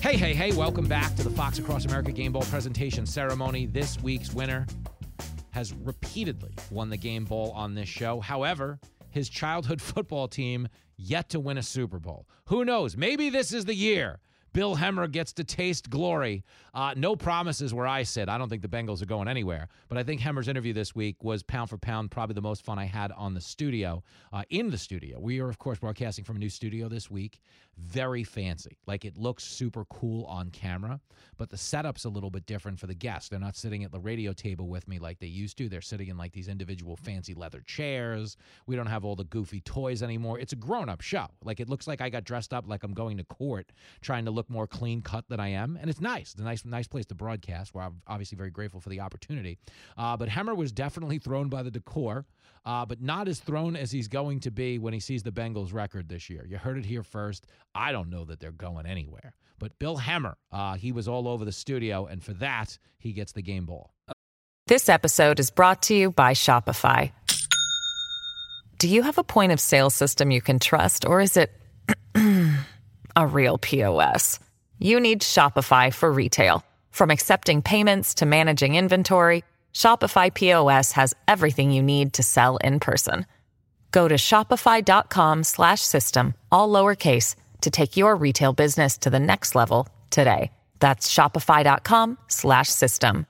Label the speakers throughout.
Speaker 1: Hey, hey, hey, welcome back to the Fox Across America Game Bowl presentation ceremony. This week's winner has repeatedly won the Game Bowl on this show. However, his childhood football team yet to win a Super Bowl. Who knows? Maybe this is the year Bill Hemmer gets to taste glory. Uh, no promises where I sit. I don't think the Bengals are going anywhere. But I think Hemmer's interview this week was pound for pound probably the most fun I had on the studio, uh, in the studio. We are, of course, broadcasting from a new studio this week. Very fancy. Like it looks super cool on camera, but the setup's a little bit different for the guests. They're not sitting at the radio table with me like they used to. They're sitting in like these individual fancy leather chairs. We don't have all the goofy toys anymore. It's a grown up show. Like it looks like I got dressed up like I'm going to court trying to look more clean cut than I am. And it's nice. It's a nice, nice place to broadcast. We're ob- obviously very grateful for the opportunity. Uh, but Hemmer was definitely thrown by the decor, uh, but not as thrown as he's going to be when he sees the Bengals record this year. You heard it here first. I don't know that they're going anywhere. But Bill Hemmer, uh, he was all over the studio. And for that, he gets the game ball.
Speaker 2: This episode is brought to you by Shopify. Do you have a point of sale system you can trust, or is it a real POS? You need Shopify for retail. From accepting payments to managing inventory, Shopify POS has everything you need to sell in person. Go to shopify.com slash system, all lowercase, to take your retail business to the next level today. That's shopify.com slash system.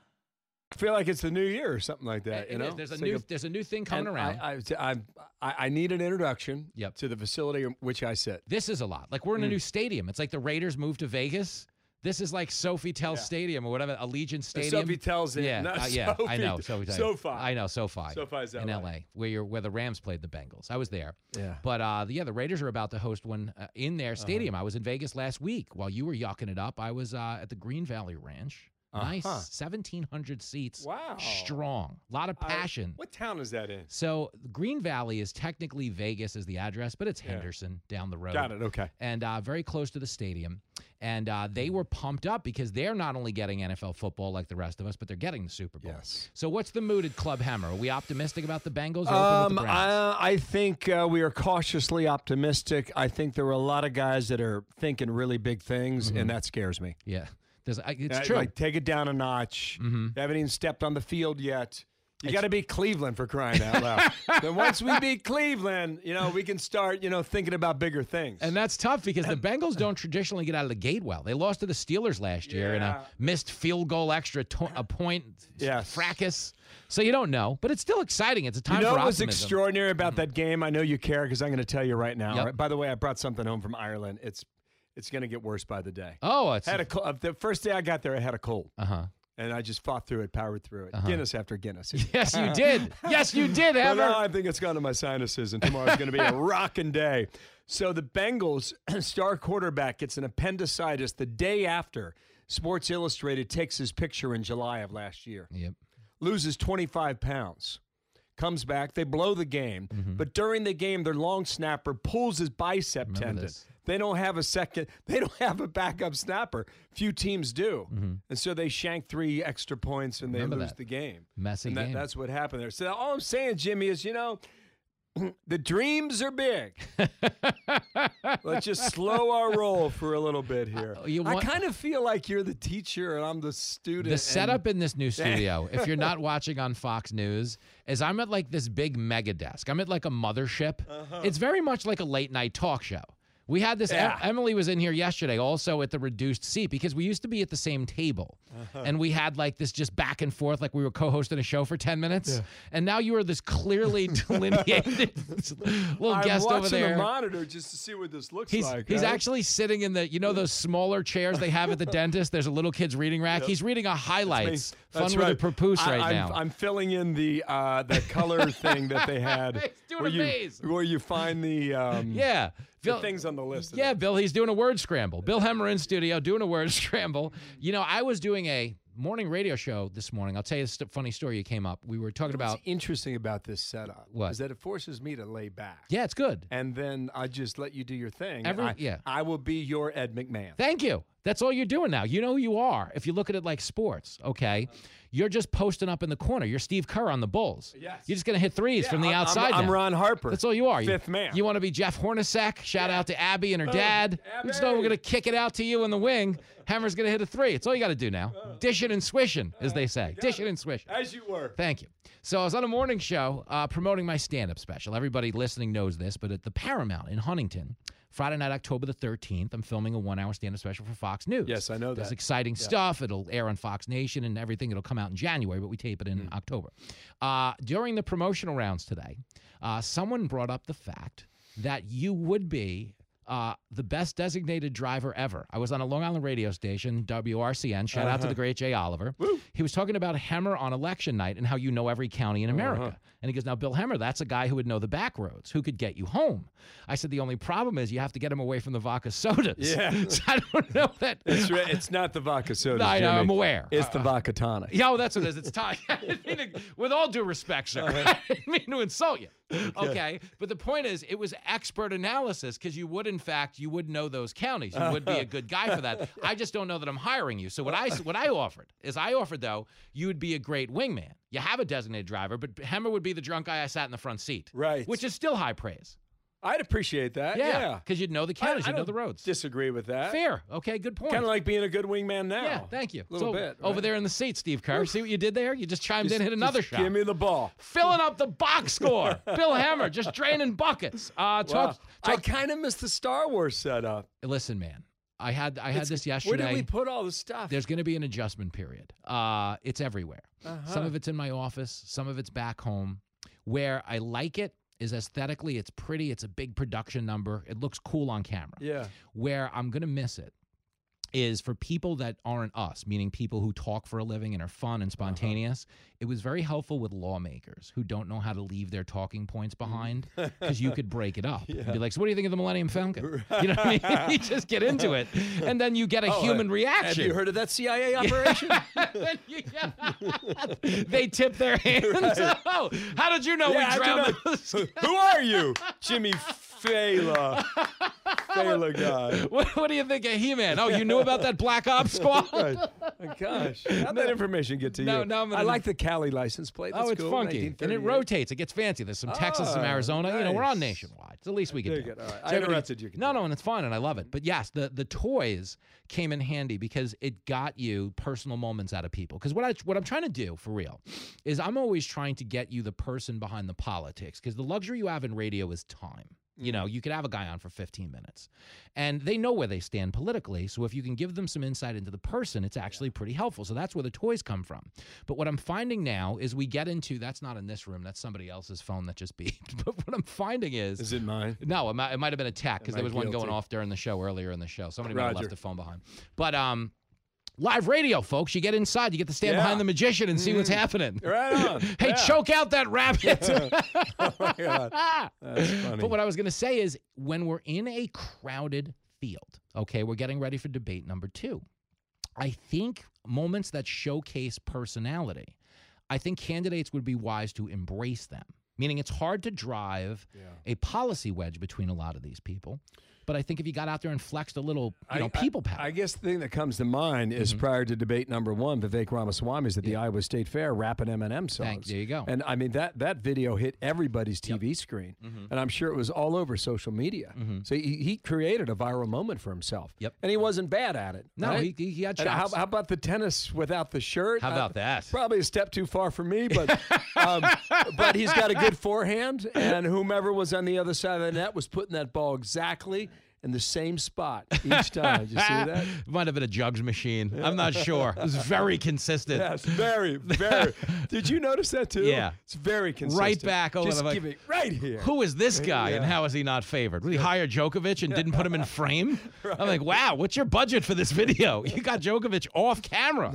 Speaker 3: feel like it's the new year or something like that.
Speaker 1: It-
Speaker 3: Uh, you
Speaker 1: it
Speaker 3: know,
Speaker 1: is. There's a
Speaker 3: It's
Speaker 1: new
Speaker 3: like
Speaker 1: there's a new thing coming
Speaker 3: and
Speaker 1: around.
Speaker 3: I, I, I, I- I need an introduction
Speaker 1: Yep.
Speaker 3: to the facility in which I sit.
Speaker 1: this is a lot. Like
Speaker 3: Hmm.
Speaker 1: we're in a new stadium. It's like the Raiders moved to Vegas. This is like Sofitel Stadium or whatever Allegiant Stadium.
Speaker 3: Sofitel's Uh, in-
Speaker 1: Yeah,
Speaker 3: no,
Speaker 1: uh, yeah. I know.
Speaker 3: Sofi-
Speaker 1: Sofitel.
Speaker 3: SoFi.
Speaker 1: I know SoFi.
Speaker 3: SoFi's
Speaker 1: in
Speaker 3: LA.
Speaker 1: LA, where you're where the Rams played the Bengals. I was there.
Speaker 3: Yeah. Uh-huh.
Speaker 1: But uh, the- yeah, the Raiders are about to host one uh, in their stadium. I was in Vegas last week while you were yucking it up. I was uh, at the Green Valley Ranch. Nice,
Speaker 3: Uh-huh.
Speaker 1: 1,700 seats.
Speaker 3: Wow.
Speaker 1: Strong. A lot of
Speaker 3: I-
Speaker 1: passion.
Speaker 3: what town is that in?
Speaker 1: So Green Valley is technically Vegas is the address, but it's Henderson down the road.
Speaker 3: Got it. Okay.
Speaker 1: And uh, very close to the stadium. And uh, they were pumped up because they're not only getting NFL football like the rest of us, but they're getting the Super Bowl.
Speaker 3: Yes.
Speaker 1: So what's the mood at Club Hammer? Are we optimistic about the Bengals? Or open with
Speaker 3: Um,
Speaker 1: the Browns?
Speaker 3: I, I think uh, we are cautiously optimistic. I think there are a lot of guys that are thinking really big things,
Speaker 1: Mm-hmm.
Speaker 3: and that scares me.
Speaker 1: yeah, There's, I, it's
Speaker 3: Uh,
Speaker 1: true. Mm-hmm.
Speaker 3: Like, take it down a notch. They haven't even stepped on the field yet. You got to beat Cleveland for crying out loud. then once we beat Cleveland, you know we can start, you know, thinking about bigger things.
Speaker 1: And that's tough because the Bengals don't traditionally get out of the gate well. They lost to the Steelers last year in a
Speaker 3: Yeah.
Speaker 1: missed field goal extra to- a point
Speaker 3: Yes.
Speaker 1: fracas. So you don't know, but it's still exciting. It's a time
Speaker 3: you know
Speaker 1: for
Speaker 3: what was
Speaker 1: optimism. Mm-hmm.
Speaker 3: extraordinary about that game? I know you care because I'm going to tell you right now.
Speaker 1: Yep.
Speaker 3: all right? By the way, I brought something home from Ireland. It's it's going to get worse by the day.
Speaker 1: oh, it's
Speaker 3: had a cold. uh, The first day I got there, I had a cold,
Speaker 1: uh huh.
Speaker 3: and I just fought through it, powered through it.
Speaker 1: Uh-huh.
Speaker 3: Guinness after Guinness.
Speaker 1: Yes, you did. Yes, you did,
Speaker 3: But
Speaker 1: Ever.
Speaker 3: now I think it's gone to my sinuses, and tomorrow's going to be a rocking day. So the Bengals star quarterback gets an appendicitis the day after Sports Illustrated takes his picture in July of last year.
Speaker 1: Yep.
Speaker 3: Loses 25 pounds. Comes back, they blow the game,
Speaker 1: Mm-hmm.
Speaker 3: but during the game, their long snapper pulls his bicep
Speaker 1: Remember
Speaker 3: tendon.
Speaker 1: this.
Speaker 3: They don't have a second. They don't have a backup snapper. Few teams do, and so they shank three extra points and they
Speaker 1: Mm-hmm. Remember
Speaker 3: lose
Speaker 1: that.
Speaker 3: the game.
Speaker 1: Messy
Speaker 3: and that,
Speaker 1: game.
Speaker 3: That's what happened there. So all I'm saying, Jimmy, is you know, the dreams are big. Let's just slow our roll for a little bit here.
Speaker 1: Uh, you want-
Speaker 3: I kind of feel like you're the teacher and I'm the student.
Speaker 1: The
Speaker 3: and-
Speaker 1: setup in this new studio, if you're not watching on Fox News, is I'm at like this big mega desk. I'm at like a mothership. It's very much like a late night talk show We had this.
Speaker 3: Uh-huh. Yeah.
Speaker 1: Em- Emily was in here yesterday, also at the reduced seat, because we used to be at the same table,
Speaker 3: Uh-huh.
Speaker 1: and we had like this just back and forth, like we were co-hosting a show for ten minutes. And now you are this clearly delineated little
Speaker 3: I'm
Speaker 1: guest
Speaker 3: watching
Speaker 1: over there.
Speaker 3: the monitor just to see what this looks
Speaker 1: He's,
Speaker 3: like.
Speaker 1: he's
Speaker 3: right?
Speaker 1: actually sitting in the you know those smaller chairs they have at the dentist. There's a little kid's reading rack. He's reading a highlights
Speaker 3: That's
Speaker 1: fun
Speaker 3: right.
Speaker 1: with a papoose
Speaker 3: I-
Speaker 1: right
Speaker 3: I'm,
Speaker 1: now.
Speaker 3: I'm filling in the uh, the color thing that they had.
Speaker 1: He's doing
Speaker 3: where
Speaker 1: a
Speaker 3: you,
Speaker 1: maze.
Speaker 3: Where you find the um,
Speaker 1: yeah,
Speaker 3: the
Speaker 1: Phil-
Speaker 3: things on the list.
Speaker 1: Yeah, Bill, he's doing a word scramble. Bill Hemmer in studio doing a word scramble. You know, I was doing a morning radio show this morning. I'll tell you a st- funny story you came up. We were talking about.
Speaker 3: What's interesting about this setup
Speaker 1: What?
Speaker 3: is that it forces me to lay back.
Speaker 1: Yeah, it's good.
Speaker 3: And then I just let you do your thing.
Speaker 1: Every-
Speaker 3: I,
Speaker 1: yeah.
Speaker 3: I will be your Ed McMahon.
Speaker 1: Thank you. That's all you're doing now. You know who you are. If you look at it like sports, okay, you're just posting up in the corner. You're Steve Kerr on the Bulls.
Speaker 3: Yes.
Speaker 1: You're just gonna hit threes
Speaker 3: Yeah,
Speaker 1: from the
Speaker 3: I'm- I'm-
Speaker 1: outside.
Speaker 3: I'm
Speaker 1: now.
Speaker 3: Ron Harper,
Speaker 1: That's all you are. You-
Speaker 3: fifth man. Oh,
Speaker 1: You want to be Jeff Hornacek? Shout out to Abby and her dad.
Speaker 3: Abby.
Speaker 1: You just know we're gonna kick it out to you in the wing. Hammer's gonna hit a three. It's all you got to do now.
Speaker 3: Oh.
Speaker 1: Dish it and swishing, as they say. Dish it and swishing.
Speaker 3: As you were.
Speaker 1: Thank you. So I was on a morning show uh, promoting my stand up special. Everybody listening knows this, but at the Paramount in Huntington, Friday night, October the 13th, I'm filming a one hour stand up special for Fox News.
Speaker 3: Yes, I know
Speaker 1: There's
Speaker 3: that.
Speaker 1: exciting stuff. It'll air on Fox Nation and everything. It'll come out in January, but we tape it in
Speaker 3: Mm.
Speaker 1: October. Uh, during the promotional rounds today, uh, someone brought up the fact that you would be. Uh, the best designated driver ever. I was on a Long Island radio station, WRCN. Shout
Speaker 3: Uh-huh.
Speaker 1: out to the great Jay Oliver. He was talking about Hemmer on election night and how you know every county in America.
Speaker 3: Uh-huh.
Speaker 1: And he goes, Now, Bill Hemmer, that's a guy who would know the back roads, who could get you home. I said, The only problem is you have to get him away from the vodka sodas.
Speaker 3: Yeah.
Speaker 1: so I don't know that.
Speaker 3: It's, re- it's not the vodka soda.
Speaker 1: I know,
Speaker 3: Jimmy.
Speaker 1: I'm aware. Uh,
Speaker 3: It's the vodka tonic.
Speaker 1: Yeah, well, that's what it is. It's time. I didn't mean to- with all due respect,
Speaker 3: Oh,
Speaker 1: sir, I didn't mean to insult you. Okay. But the point is, it was expert analysis because you would, in fact, you would know those counties. You would be a good guy for that. I just don't know that I'm hiring you. So what I what I offered is, I offered though you would be a great wingman. You have a designated driver, but Hemmer would be the drunk guy I sat in the front seat.
Speaker 3: Right.
Speaker 1: Which is still high praise.
Speaker 3: I'd appreciate that.
Speaker 1: Yeah. Because you'd know the
Speaker 3: I-
Speaker 1: counties,
Speaker 3: I
Speaker 1: you'd know
Speaker 3: don't
Speaker 1: the roads.
Speaker 3: Disagree with that.
Speaker 1: Fair. Okay. Good point.
Speaker 3: Kind of like being a good wingman now.
Speaker 1: yeah, thank you.
Speaker 3: A little
Speaker 1: So,
Speaker 3: bit.
Speaker 1: Over
Speaker 3: right?
Speaker 1: there in the seat, Steve Kerr. See what you did there? You just chimed in,
Speaker 3: Just-
Speaker 1: hit another
Speaker 3: just
Speaker 1: shot.
Speaker 3: Give me the ball.
Speaker 1: filling up the box score. Bill Hammer just draining buckets. Uh,
Speaker 3: Wow.
Speaker 1: talk,
Speaker 3: I
Speaker 1: talk,
Speaker 3: kind of missed the Star Wars setup.
Speaker 1: listen, man. I had I had this
Speaker 3: Where
Speaker 1: yesterday.
Speaker 3: did we put all the stuff?
Speaker 1: There's going to be an adjustment period. Uh, it's everywhere.
Speaker 3: Uh-huh.
Speaker 1: Some of it's in my office. Some of it's back home. Where I like it is aesthetically. It's pretty. It's a big production number. It looks cool on camera.
Speaker 3: yeah.
Speaker 1: Where I'm going to miss it is for people that aren't us, meaning people who talk for a living and are fun
Speaker 3: Uh-huh.
Speaker 1: and spontaneous. It was very helpful with lawmakers who don't know how to leave their talking
Speaker 3: Mm.
Speaker 1: points behind because you could break it up and be like, "So what do you think of the Millennium Falcon?" You know what I mean? you just get into it, and then you get a human reaction.
Speaker 3: Oh, uh, Have you heard of that CIA operation?
Speaker 1: Then you- yeah. they tip their hands. Oh, how did you know
Speaker 3: Yeah,
Speaker 1: we
Speaker 3: I
Speaker 1: drowned?
Speaker 3: don't know. Who are you, Jimmy Fela? Fela guy.
Speaker 1: the- What, what do you think of He-Man? Oh, you knew about that Black Ops squad?
Speaker 3: Right. Oh, gosh, how'd that information get to
Speaker 1: No,
Speaker 3: you?
Speaker 1: no, I'm gonna-
Speaker 3: I like the Cali license plate. That's
Speaker 1: oh, it's
Speaker 3: cool.
Speaker 1: funky. And it
Speaker 3: 1938.
Speaker 1: rotates. It gets fancy. There's some Texas, some
Speaker 3: Ah,
Speaker 1: Arizona. You know, we're on
Speaker 3: nice.
Speaker 1: nationwide. It's the least we can
Speaker 3: Very
Speaker 1: do.
Speaker 3: good. All right.
Speaker 1: So
Speaker 3: I
Speaker 1: everybody-
Speaker 3: interrupted you.
Speaker 1: No, no, and it's fine, and I love it. But yes, the, the toys came in handy because it got you personal moments out of people. Because what, I, what I'm trying to do, for real, is I'm always trying to get you the person behind the politics. Because the luxury you have in radio is time. You know, you could have a guy on for 15 minutes and they know where they stand politically. So if you can give them some insight into the person, it's actually pretty helpful. So that's where the toys come from. But what I'm finding now is we get into that's not in this room, that's somebody else's phone that just beeped. But what I'm finding is,
Speaker 3: Is it mine?
Speaker 1: no, it might, it might have been a tack because there
Speaker 3: I
Speaker 1: was one going
Speaker 3: guilty?
Speaker 1: off during the show earlier in the show. Somebody might have
Speaker 3: Roger.
Speaker 1: left the phone behind. But um, live radio, folks, you get inside, you get to stand
Speaker 3: Yeah.
Speaker 1: behind the magician and see what's happening.
Speaker 3: Right on.
Speaker 1: Hey,
Speaker 3: yeah.
Speaker 1: choke out that rabbit.
Speaker 3: Oh, my God. That's funny.
Speaker 1: But what I was going to say is when we're in a crowded field, okay, we're getting ready for debate number two. I think moments that showcase personality, I think candidates would be wise to embrace them, meaning it's hard to drive a policy wedge between a lot of these people. But I think if you got out there and flexed a little, you know, people power.
Speaker 3: I guess the thing that comes to mind is
Speaker 1: Mm-hmm.
Speaker 3: prior to debate number one, Vivek Ramaswamy's at the Iowa State Fair rapping Eminem songs.
Speaker 1: Thank- there you go.
Speaker 3: And I mean that that video hit everybody's TV screen,
Speaker 1: Mm-hmm.
Speaker 3: and I'm sure it was all over social media. So he, he created a viral moment for himself.
Speaker 1: Yep.
Speaker 3: And he wasn't bad at it.
Speaker 1: no,
Speaker 3: right?
Speaker 1: he, he, he had
Speaker 3: And how,
Speaker 1: Uh, chops.
Speaker 3: how about the tennis without the shirt? Uh,
Speaker 1: How about that?
Speaker 3: Probably a step too far for me, but um, but he's got a good forehand, and whomever was on the other side of the net was putting that ball exactly in the same spot each time. Did you see that?
Speaker 1: Might have been a jugs machine. I'm not sure. It was very consistent.
Speaker 3: Yes, very, very. Did you notice that too?
Speaker 1: Yeah.
Speaker 3: it's very consistent.
Speaker 1: back over
Speaker 3: Just
Speaker 1: the-
Speaker 3: give it right here.
Speaker 1: Who is this guy and
Speaker 3: Yeah.
Speaker 1: how is he not favored? We hire Djokovic and didn't put him in frame? I'm like, wow, what's your budget for this video? You got Djokovic off camera.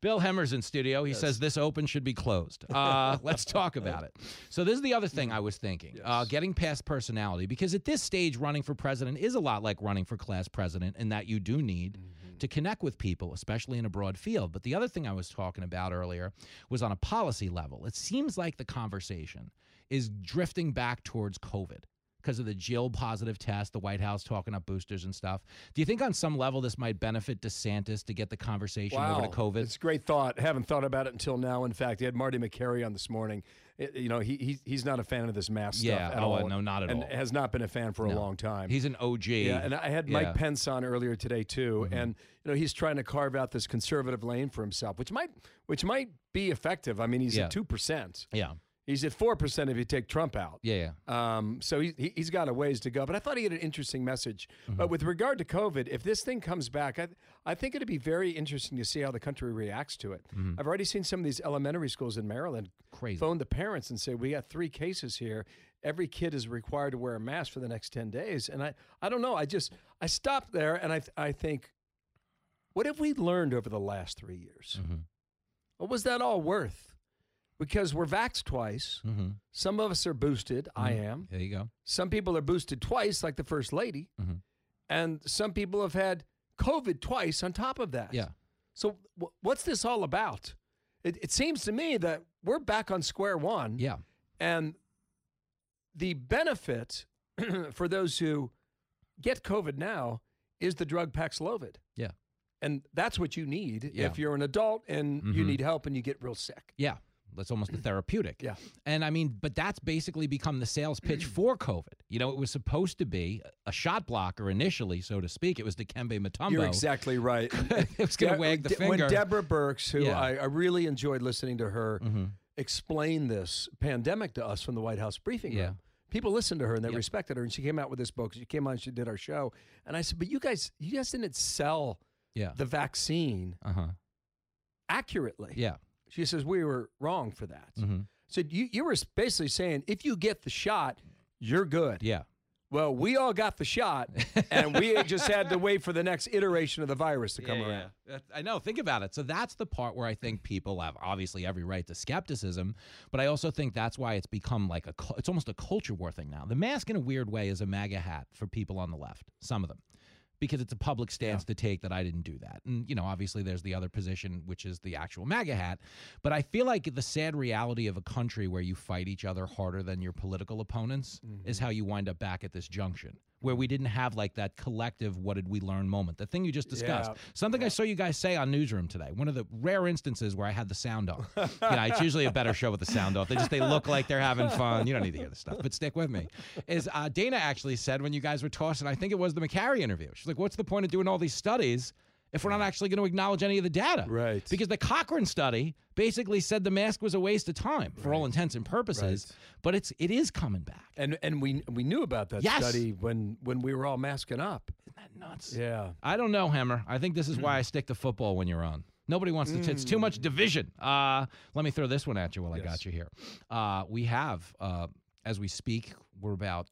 Speaker 1: Bill Hemmer's in studio. He says this open should be closed. Uh, let's talk about it. So, this is the other thing I was thinking uh, getting past personality, because at this stage, running for president is a lot like running for class president in that you do need. To connect with people, especially in a broad field. But the other thing I was talking about earlier was on a policy level. It seems like the conversation is drifting back towards COVID because of the Jill positive test, the White House talking up boosters and stuff. Do you think on some level this might benefit DeSantis to get the conversation over to COVID?
Speaker 3: It's a great thought. Haven't thought about it until now. In fact, I had Marty McCary on this morning. I- you know, he, he he's not a fan of this mask
Speaker 1: Yeah,
Speaker 3: stuff at
Speaker 1: oh,
Speaker 3: all.
Speaker 1: no, not at
Speaker 3: and
Speaker 1: all.
Speaker 3: Has not been a fan for a long time.
Speaker 1: He's an OG.
Speaker 3: yeah, and I had Mike
Speaker 1: Yeah. Mm-hmm.
Speaker 3: Pence on earlier today too, and you know he's trying to carve out this conservative lane for himself, which might which might be effective. I mean, he's
Speaker 1: Yeah.
Speaker 3: at two percent.
Speaker 1: yeah,
Speaker 3: He's at four percent if you take Trump out.
Speaker 1: yeah, yeah.
Speaker 3: Um, so he, he- he's got a ways to go, but I thought he had an interesting message.
Speaker 1: Mm-hmm.
Speaker 3: But with regard to COVID, if this thing comes back, I, I think it'd be very interesting to see how the country reacts to it.
Speaker 1: Mm-hmm.
Speaker 3: I've already seen some of these elementary schools in Maryland
Speaker 1: Crazy.
Speaker 3: phone the parents and say, We got three cases here. Every kid is required to wear a mask for the next 10 days. And I, I don't know. I just, I stopped there and I, I think, what have we learned over the last three years?
Speaker 1: Mm. Mm-hmm.
Speaker 3: What was that all worth? Because we're vaxxed twice.
Speaker 1: hmm
Speaker 3: Some of us are boosted. I am.
Speaker 1: There you go.
Speaker 3: Some people are boosted twice, like the first lady,
Speaker 1: Mhm.
Speaker 3: and some people have had COVID twice on top of that.
Speaker 1: Yeah.
Speaker 3: So wh- what's this all about? It, it seems to me that we're back on square one,
Speaker 1: Yeah.
Speaker 3: and the benefit for those who get COVID now is the drug Paxlovid,
Speaker 1: Yeah.
Speaker 3: and that's what you need
Speaker 1: Yeah.
Speaker 3: if you're an adult and you
Speaker 1: Mhm.
Speaker 3: need help and you get real sick.
Speaker 1: Yeah. That's almost a therapeutic.
Speaker 3: Yeah.
Speaker 1: And I mean, but that's basically become the sales pitch for COVID. You know, it was supposed to be a shot blocker initially, so to speak. It was Dikembe Mutombo.
Speaker 3: You're exactly right.
Speaker 1: it was going to
Speaker 3: Deb-
Speaker 1: wag the
Speaker 3: De-
Speaker 1: finger.
Speaker 3: When Deborah Burks, who
Speaker 1: Yeah. Mm.
Speaker 3: I, I really enjoyed listening to her
Speaker 1: Mm-hmm.
Speaker 3: explain this pandemic to us from the White House briefing
Speaker 1: Yeah.
Speaker 3: room, people listened to her and they respected her. And she came out with this book. She came on, she did our show, and I said, "But you guys, you guys didn't sell
Speaker 1: yeah.
Speaker 3: the vaccine
Speaker 1: Uh huh.
Speaker 3: accurately."
Speaker 1: Yeah.
Speaker 3: She says we were wrong for that.
Speaker 1: Mhm.
Speaker 3: So you you were basically saying if you get the shot, you're good.
Speaker 1: Yeah.
Speaker 3: Well, we all got the shot, and we just had to wait for the next iteration of the virus to come
Speaker 1: Yeah,
Speaker 3: around.
Speaker 1: yeah. That- I know. Think about it. So that's the part where I think people have obviously every right to skepticism, but I also think that's why it's become like a cul- it's almost a culture war thing now. The mask, in a weird way, is a MAGA hat for people on the left. Some of them. Because it's a public stance to take that I didn't do that. And, you know, obviously there's the other position, which is the actual MAGA hat. But I feel like the sad reality of a country where you fight each other harder than your political opponents
Speaker 3: Mm-hmm.
Speaker 1: is how you wind up back at this junction where we didn't have like that collective what did we learn moment. The thing you just discussed.
Speaker 3: Yeah.
Speaker 1: Something I saw you guys say on Newsroom today. One of the rare instances where I had the sound off. you know, it's usually a better show with the sound off. They just they look like they're having fun. You don't need to hear the stuff, but stick with me. Is uh, Dana actually said when you guys were tossing? I think it was the McCary interview. She's like, "What's the point of doing all these studies?" If we're not actually going to acknowledge any of the data.
Speaker 3: Right.
Speaker 1: Because the Cochrane study basically said the mask was a waste of time for all intents and purposes, but it's it is coming back.
Speaker 3: And and we we knew about that
Speaker 1: Yes.
Speaker 3: study when when we were all masking up.
Speaker 1: Isn't that nuts?
Speaker 3: Yeah.
Speaker 1: I don't know, Hammer. I think this is why I stick to football when you're on. Nobody wants to. It's too much division. Uh, let me throw this one at you while I got you here. Uh, we have, uh, as we speak, we're about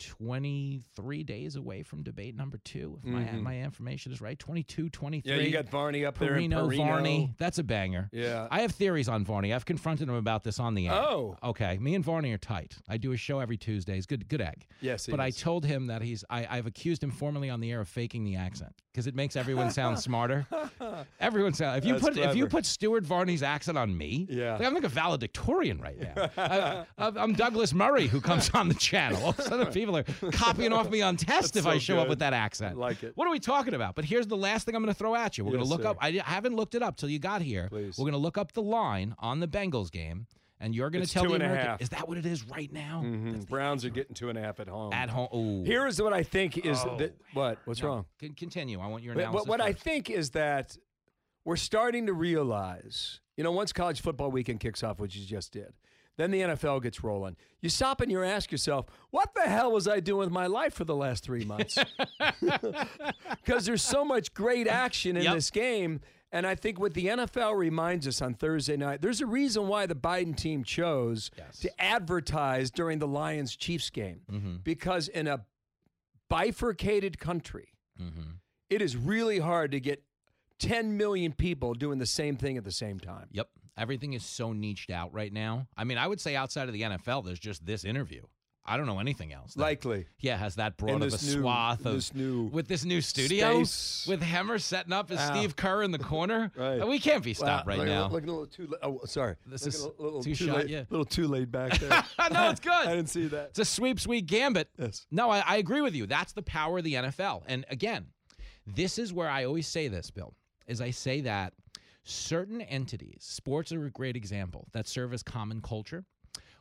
Speaker 1: 23 days away from debate number two. If my, my information is right, 22, 23.
Speaker 3: Varney up
Speaker 1: Perino, Varney. That's a banger.
Speaker 3: Yeah.
Speaker 1: I have theories on Varney. I've confronted him about this on the air.
Speaker 3: Oh.
Speaker 1: Okay. Me and Varney are tight. I do a show every Tuesday. He's good good egg.
Speaker 3: Yes, he
Speaker 1: But I
Speaker 3: is.
Speaker 1: told him that he's I, I've accused him formally on the air of faking the accent. Because it makes everyone sound smarter. everyone sound if you
Speaker 3: That's
Speaker 1: put if you
Speaker 3: clever.
Speaker 1: put Stuart Varney's accent on me,
Speaker 3: Yeah.
Speaker 1: like, I'm like a valedictorian right now. I, am Douglas Murray who comes on the channel. All of a sudden people are copying off me on test if
Speaker 3: so
Speaker 1: I show up
Speaker 3: good.
Speaker 1: with that accent.
Speaker 3: Like it.
Speaker 1: What are we talking about? But here's the last thing I'm going to throw at you. We're going
Speaker 3: Yes,
Speaker 1: to look
Speaker 3: sir.
Speaker 1: up. I di- I haven't looked it up till you got here.
Speaker 3: Please.
Speaker 1: We're going to look up the line on the Bengals game, and you're going to
Speaker 3: It's
Speaker 1: tell
Speaker 3: two
Speaker 1: the
Speaker 3: and a
Speaker 1: American.
Speaker 3: half.
Speaker 1: Is that what it is right now?
Speaker 3: Mm-hmm. Browns are getting two and a half at home.
Speaker 1: At home. Ooh.
Speaker 3: Here is what I think is
Speaker 1: Oh.
Speaker 3: that, what what's
Speaker 1: No,
Speaker 3: wrong.
Speaker 1: con- continue. I want your
Speaker 3: But
Speaker 1: analysis.
Speaker 3: what, what I
Speaker 1: first.
Speaker 3: think is that we're starting to realize, you know, once college football weekend kicks off, which you just did, Then the NFL gets rolling. You stop and you ask yourself, what the hell was I doing with my life for the last three months? Because there's so much great action in
Speaker 1: Yep.
Speaker 3: this game. And I think what the NFL reminds us on Thursday night, there's a reason why the Biden team chose to advertise during the Lions Chiefs game.
Speaker 1: Mm-hmm.
Speaker 3: Because in a bifurcated country, it is really hard to get 10 million people doing the same thing at the same time.
Speaker 1: Yep. Everything is so niched out right now. I mean, I would say outside of the NFL, there's just this interview. I don't know anything else. that-
Speaker 3: Likely.
Speaker 1: yeah, has that broad of a
Speaker 3: this new-
Speaker 1: swath of
Speaker 3: this new
Speaker 1: with this new studio
Speaker 3: space.
Speaker 1: with Hemmer setting up as
Speaker 3: Ah.
Speaker 1: Steve Kerr in the corner.
Speaker 3: Right.
Speaker 1: We can't be stopped
Speaker 3: Wow,
Speaker 1: right
Speaker 3: look-
Speaker 1: now.
Speaker 3: Look, looking a little too. la- Oh, sorry.
Speaker 1: This
Speaker 3: Looking
Speaker 1: is
Speaker 3: a little
Speaker 1: too shot,
Speaker 3: laid,
Speaker 1: yeah.
Speaker 3: little too laid back there.
Speaker 1: No, it's good.
Speaker 3: I didn't see that.
Speaker 1: It's a sweep, sweet gambit.
Speaker 3: Yes.
Speaker 1: No, I, I agree with you. That's the power of the NFL. And again, this is where I always say this, Bill, is I say that certain entities, sports are a great example, that serve as common culture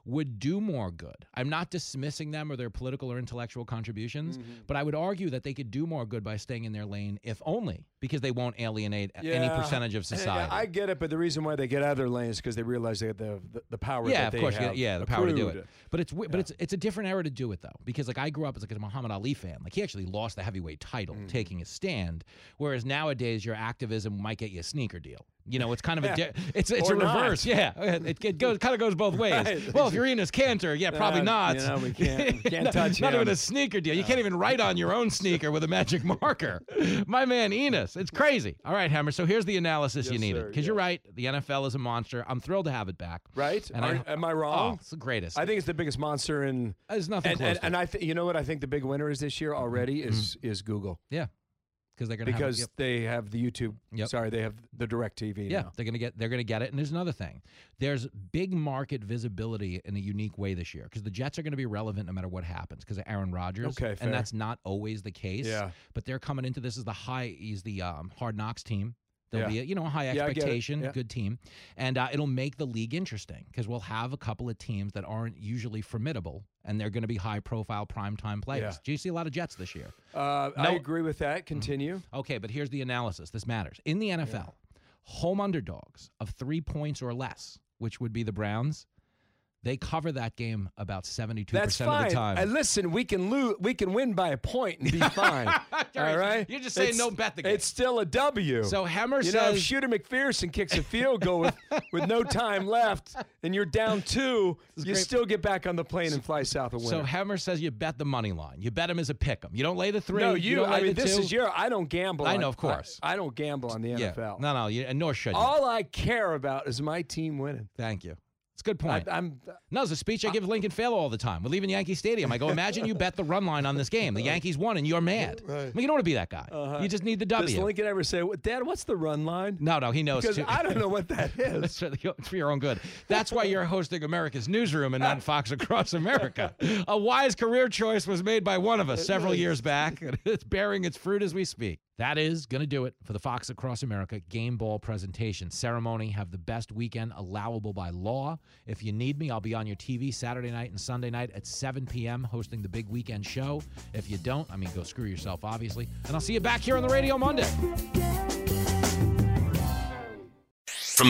Speaker 1: would do more good. I'm not dismissing them or their political or intellectual contributions,
Speaker 3: Mm-hmm.
Speaker 1: but I would argue that they could do more good by staying in their lane if only because they won't alienate any
Speaker 3: Yeah.
Speaker 1: percentage of
Speaker 3: And
Speaker 1: society.
Speaker 3: I get it, but the reason why they get out of their lane is because they realize they have the, the, the power
Speaker 1: yeah,
Speaker 3: that
Speaker 1: of
Speaker 3: they
Speaker 1: course, yeah,
Speaker 3: have.
Speaker 1: yeah, the power to do
Speaker 3: accrued.
Speaker 1: it. But it's wi- but it's it's a different era to do it though, because like I grew up as like a Muhammad Ali fan. Like he actually lost the heavyweight title
Speaker 3: Mm-hmm.
Speaker 1: taking a stand, whereas nowadays your activism might get you a sneaker deal. You know, it's kind of a di- it's it's
Speaker 3: Or
Speaker 1: a
Speaker 3: not.
Speaker 1: reverse. Yeah, it, it goes kind of goes both ways.
Speaker 3: Right.
Speaker 1: Well, if you're Enos Cantor, yeah, probably
Speaker 3: you
Speaker 1: not.
Speaker 3: know, we can't- can't touch
Speaker 1: Not even
Speaker 3: him. Uh.
Speaker 1: a sneaker deal. You can't even write on your own sneaker with a magic marker. My man Enos, it's crazy. All right, Hammer. So here's the analysis you
Speaker 3: Yes,
Speaker 1: needed
Speaker 3: sir,
Speaker 1: because you're right. The NFL is a monster. I'm thrilled to have it back.
Speaker 3: Right?
Speaker 1: And
Speaker 3: Are- am I wrong?
Speaker 1: Oh, it's the greatest.
Speaker 3: I think it's the biggest monster in.
Speaker 1: There's nothing
Speaker 3: And,
Speaker 1: close.
Speaker 3: and,
Speaker 1: to
Speaker 3: and
Speaker 1: it.
Speaker 3: I think you know what I think the big winner is this year already is is Google
Speaker 1: yeah, because they're gonna
Speaker 3: because
Speaker 1: have, yep,
Speaker 3: they have the YouTube.
Speaker 1: Yep.
Speaker 3: Sorry, they have the Direct TV.
Speaker 1: yeah, they're gonna get they're gonna get it. And there's another thing. There's big market visibility in a unique way this year because the Jets are gonna be relevant no matter what happens because of Aaron Rodgers.
Speaker 3: Okay, fair.
Speaker 1: and that's not always the case.
Speaker 3: Yeah.
Speaker 1: but they're coming into this as the high. He's the um, hard knocks team. There'll
Speaker 3: Yeah.
Speaker 1: be a, you know a high
Speaker 3: Yeah, I get it.
Speaker 1: expectation,
Speaker 3: Yeah.
Speaker 1: good team, and uh, it'll make the league interesting because we'll have a couple of teams that aren't usually formidable, and they're going to be high profile primetime players.
Speaker 3: Yeah.
Speaker 1: Do you see a lot of Jets this year?
Speaker 3: now. Uh, I
Speaker 1: No. Mm.
Speaker 3: agree with that. Continue.
Speaker 1: Okay, but here's the analysis. This matters. In the NFL, home underdogs of three points or less, which would be the Browns, they cover that game about 72%
Speaker 3: That's
Speaker 1: of
Speaker 3: fine.
Speaker 1: the time.
Speaker 3: And listen, we can lose. We can win by a point and be fine. all right.
Speaker 1: You're just saying
Speaker 3: It's-
Speaker 1: don't bet the game.
Speaker 3: It's still a W.
Speaker 1: so Hemmer
Speaker 3: you know, if
Speaker 1: says,
Speaker 3: Shooter McPherson kicks a field goal with, with no time left, and you're down two, you
Speaker 1: great.
Speaker 3: still get back on the plane and fly south of
Speaker 1: so
Speaker 3: winter.
Speaker 1: Hemmer says you bet the money line. You bet him as a pick 'em. You don't lay the three.
Speaker 3: no, you.
Speaker 1: don't lay
Speaker 3: I mean,
Speaker 1: the
Speaker 3: this
Speaker 1: two.
Speaker 3: is your. I don't gamble.
Speaker 1: I
Speaker 3: on-
Speaker 1: know, of course.
Speaker 3: I, I don't gamble on the
Speaker 1: yeah.
Speaker 3: NFL.
Speaker 1: No, no, you, and nor should you.
Speaker 3: All I care about is my team winning.
Speaker 1: Thank you. It's a good
Speaker 3: I,
Speaker 1: point.
Speaker 3: I'm.
Speaker 1: No, it's a speech I give Lincoln Fail all the time. We're leaving Yankee Stadium. I go, imagine you bet the run line on this game. The Yankees won and you're mad. I mean, you don't want to be that guy. You just need the
Speaker 3: Uh-huh. Does
Speaker 1: W.
Speaker 3: Lincoln ever say, "Dad, what's the run line"?
Speaker 1: no, no, he knows
Speaker 3: Because
Speaker 1: too.
Speaker 3: I don't know what that is.
Speaker 1: It's for, the- it's for your own good. That's why you're hosting America's Newsroom and not Fox Across America. A wise career choice was made by one of us several years back, and it's bearing its fruit as we speak. That is going to do it for the Fox Across America Game Ball presentation ceremony. Have the best weekend allowable by law. If you need me, I'll be on your TV Saturday night and Sunday night at 7 p.m. hosting the big weekend show. If you don't, I mean, go screw yourself, obviously. And I'll see you back here on the radio Monday.
Speaker 4: From